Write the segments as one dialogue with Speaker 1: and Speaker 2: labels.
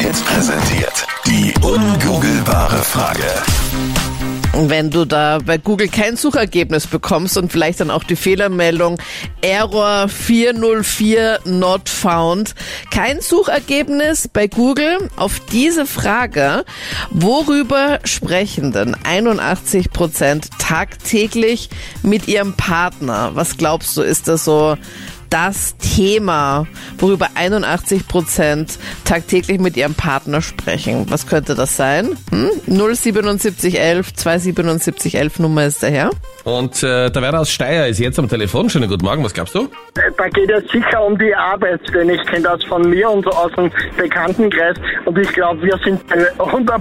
Speaker 1: Hits präsentiert. Die ungoogelbare Frage.
Speaker 2: Wenn du da bei Google kein Suchergebnis bekommst und vielleicht dann auch die Fehlermeldung Error 404 not found. Kein Suchergebnis bei Google auf diese Frage, worüber sprechen denn 81 Prozent tagtäglich mit ihrem Partner? Was glaubst du, ist das so das Thema, worüber 81 Prozent tagtäglich mit ihrem Partner sprechen. Was könnte das sein? Hm? 07711, 27711 Nummer ist daher.
Speaker 3: Und äh, der Werner aus Steyr ist jetzt am Telefon. Schönen guten Morgen, was glaubst du?
Speaker 4: Da geht es sicher um die Arbeit, denn ich kenne das von mir und aus dem Bekanntenkreis und ich glaube, wir sind bei 100%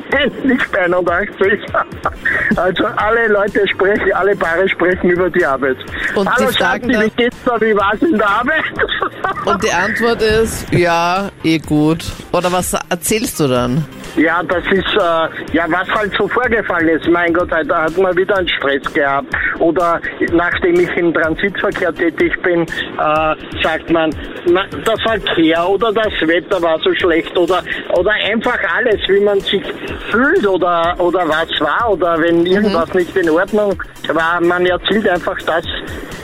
Speaker 4: nicht bei 81. Also alle Leute sprechen, alle Paare sprechen über die Arbeit.
Speaker 2: Und
Speaker 4: Hallo
Speaker 2: die sagen
Speaker 4: Schatzi,
Speaker 2: dann-
Speaker 4: wie geht's da, wie war's in der Arbeit?
Speaker 2: Und die Antwort ist, ja, eh gut. Oder was erzählst du dann?
Speaker 4: Ja, das ist, äh, ja, was halt so vorgefallen ist. Mein Gott, da hat man wieder einen Stress gehabt. Oder nachdem ich im Transitverkehr tätig bin, äh, sagt man, na, der Verkehr oder das Wetter war so schlecht oder, oder einfach alles, wie man sich fühlt oder, oder was war oder wenn irgendwas nicht in Ordnung war. Man erzählt einfach das,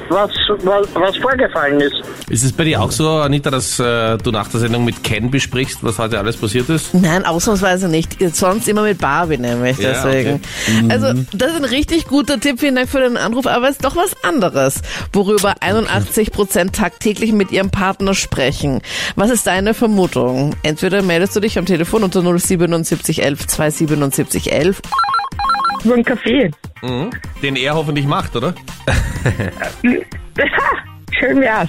Speaker 4: was, was, was vorgefallen ist.
Speaker 3: Ist es bei dir auch so, Anita, dass äh, du nach der Sendung mit Ken besprichst, was heute alles passiert ist?
Speaker 2: Nein, ausnahmsweise nicht. Sonst immer mit Barbie nämlich,
Speaker 3: Ja,
Speaker 2: deswegen. Also, das ist ein richtig guter Tipp. Vielen Dank für den Anruf. Aber es ist doch was anderes, worüber 81 Prozent tagtäglich mit ihrem Partner sprechen. Was ist deine Vermutung? Entweder meldest du dich am Telefon unter 07711 27711.
Speaker 5: über einen Kaffee.
Speaker 3: Den er hoffentlich macht, oder?
Speaker 5: Schön wär's.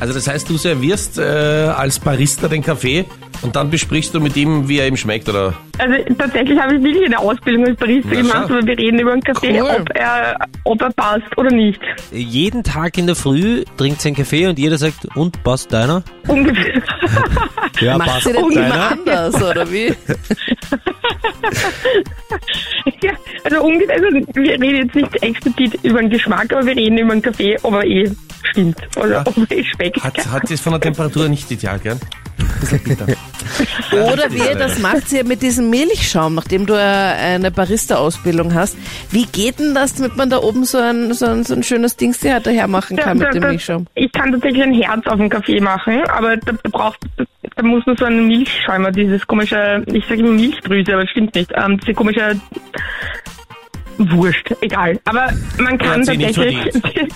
Speaker 3: Also das heißt, du servierst äh, als Barista den Kaffee und dann besprichst du mit ihm, wie er ihm schmeckt, oder?
Speaker 5: Also tatsächlich habe ich wirklich eine Ausbildung als Barista
Speaker 3: Na,
Speaker 5: gemacht,
Speaker 3: schau.
Speaker 5: aber wir reden über einen Kaffee,
Speaker 2: Cool.
Speaker 5: ob, er, ob er passt oder nicht.
Speaker 6: Jeden Tag in der Früh trinkt sie einen Kaffee und jeder sagt, und passt deiner?
Speaker 5: Ungefähr.
Speaker 6: Ja,
Speaker 2: Macht sie denn immer anders, oder wie?
Speaker 5: ja, also ungefähr, also wir reden jetzt nicht explizit über den Geschmack, aber wir reden über einen Kaffee, ob er eh stimmt oder
Speaker 3: Ja.
Speaker 5: ob er eh schmeckt.
Speaker 3: Hat, hat es von der Temperatur nicht ideal, gell?
Speaker 2: Oder wie ihr das macht hier mit diesem Milchschaum, nachdem du äh, eine Barista-Ausbildung hast. Wie geht denn das, damit man da oben so ein, so ein, so ein schönes Dings daher machen kann
Speaker 5: Ja,
Speaker 2: mit dem
Speaker 5: da- da-
Speaker 2: Milchschaum?
Speaker 5: Ich kann tatsächlich ein Herz auf dem Kaffee machen, aber da, da braucht, da, da muss man so einen Milchschäumer, dieses komische, ich sage immer Milchdrüse, aber stimmt nicht, ähm, diese komische Wurst, egal. Aber man kann
Speaker 3: Hat sie nicht
Speaker 5: tatsächlich,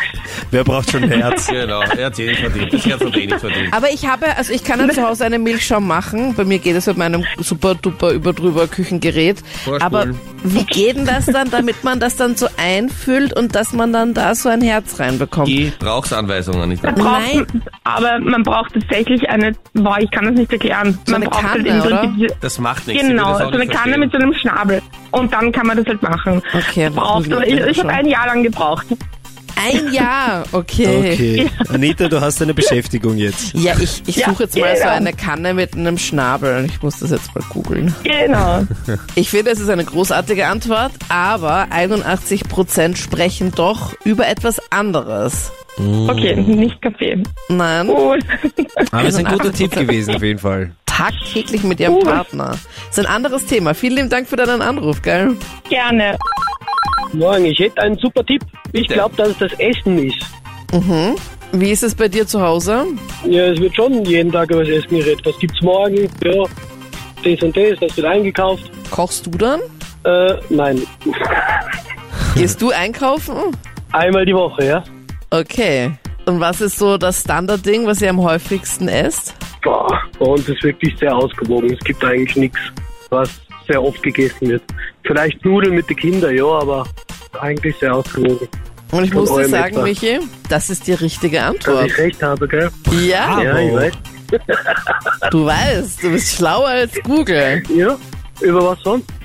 Speaker 7: Wer braucht schon ein Herz?
Speaker 3: Genau, er hat eh nicht verdient. Das Herz hat eh nicht verdient.
Speaker 2: Aber ich habe, also ich kann ja zu Hause einen Milchschaum machen. Bei mir geht es mit meinem super duper überdrüber Küchengerät.
Speaker 3: Vorspulen.
Speaker 2: Aber wie geht denn das dann, damit man das dann so einfüllt und dass man dann da so ein Herz reinbekommt?
Speaker 3: Die brauchst Anweisungen, Anita.
Speaker 2: Genau,
Speaker 5: braucht,
Speaker 2: Nein.
Speaker 5: aber man braucht tatsächlich eine, boah, ich kann das nicht erklären.
Speaker 2: So
Speaker 5: man
Speaker 2: eine
Speaker 5: braucht halt
Speaker 2: Kanne,
Speaker 5: im
Speaker 2: oder?
Speaker 5: Prinzip diese-
Speaker 3: Das macht nichts.
Speaker 5: Genau,
Speaker 2: also
Speaker 3: ich will das
Speaker 5: so
Speaker 3: auch
Speaker 5: eine
Speaker 3: nicht
Speaker 5: Kanne
Speaker 3: verstehen.
Speaker 5: mit so einem Schnabel. Und dann kann man das halt machen.
Speaker 2: Okay,
Speaker 5: Das braucht,
Speaker 2: das müssen wir
Speaker 5: ich ich habe
Speaker 2: anschauen.
Speaker 5: ein Jahr lang gebraucht.
Speaker 2: Ein Jahr, okay.
Speaker 7: Okay. Anita, du hast eine Beschäftigung jetzt.
Speaker 2: Ja, ich, ich
Speaker 5: Ja,
Speaker 2: suche jetzt mal so
Speaker 5: genau.
Speaker 2: eine Kanne mit einem Schnabel. Ich muss das jetzt mal googeln.
Speaker 5: Genau.
Speaker 2: Ich finde, es ist eine großartige Antwort, aber 81% sprechen doch über etwas anderes.
Speaker 5: Okay, nicht Kaffee.
Speaker 2: Nein,
Speaker 5: Gut.
Speaker 6: Aber es ist ein
Speaker 7: Genau.
Speaker 6: guter Tipp gewesen auf jeden Fall.
Speaker 2: tagtäglich mit ihrem
Speaker 5: Oh.
Speaker 2: Partner. Ist ein anderes Thema. Vielen lieben Dank für deinen Anruf, gell?
Speaker 5: Gerne.
Speaker 8: Morgen, ich hätte einen super Tipp. Ich glaube, dass es das Essen ist.
Speaker 2: Wie ist es bei dir zu Hause?
Speaker 8: Ja, es wird schon jeden Tag über das Essen geredet. Was gibt's morgen? Ja, das und das, das wird eingekauft.
Speaker 2: Kochst du dann?
Speaker 8: Äh, nein,
Speaker 2: Gehst du einkaufen?
Speaker 8: einmal die Woche, ja.
Speaker 2: Okay. Und was ist so das Standardding, was ihr am häufigsten esst?
Speaker 8: Boah, bei uns ist wirklich sehr ausgewogen. Es gibt eigentlich nichts, was sehr oft gegessen wird. Vielleicht Nudeln mit den Kindern, ja, aber eigentlich sehr ausgewogen.
Speaker 2: Und ich muss
Speaker 8: Von
Speaker 2: dir
Speaker 8: eurem
Speaker 2: sagen,
Speaker 8: etwa.
Speaker 2: Michi, das ist die richtige
Speaker 8: Dass
Speaker 2: Antwort.
Speaker 8: ich recht habe, gell?
Speaker 2: Ja,
Speaker 8: Ja, ich weiß.
Speaker 2: du weißt, du bist schlauer als Google.
Speaker 8: Ja, über was sonst?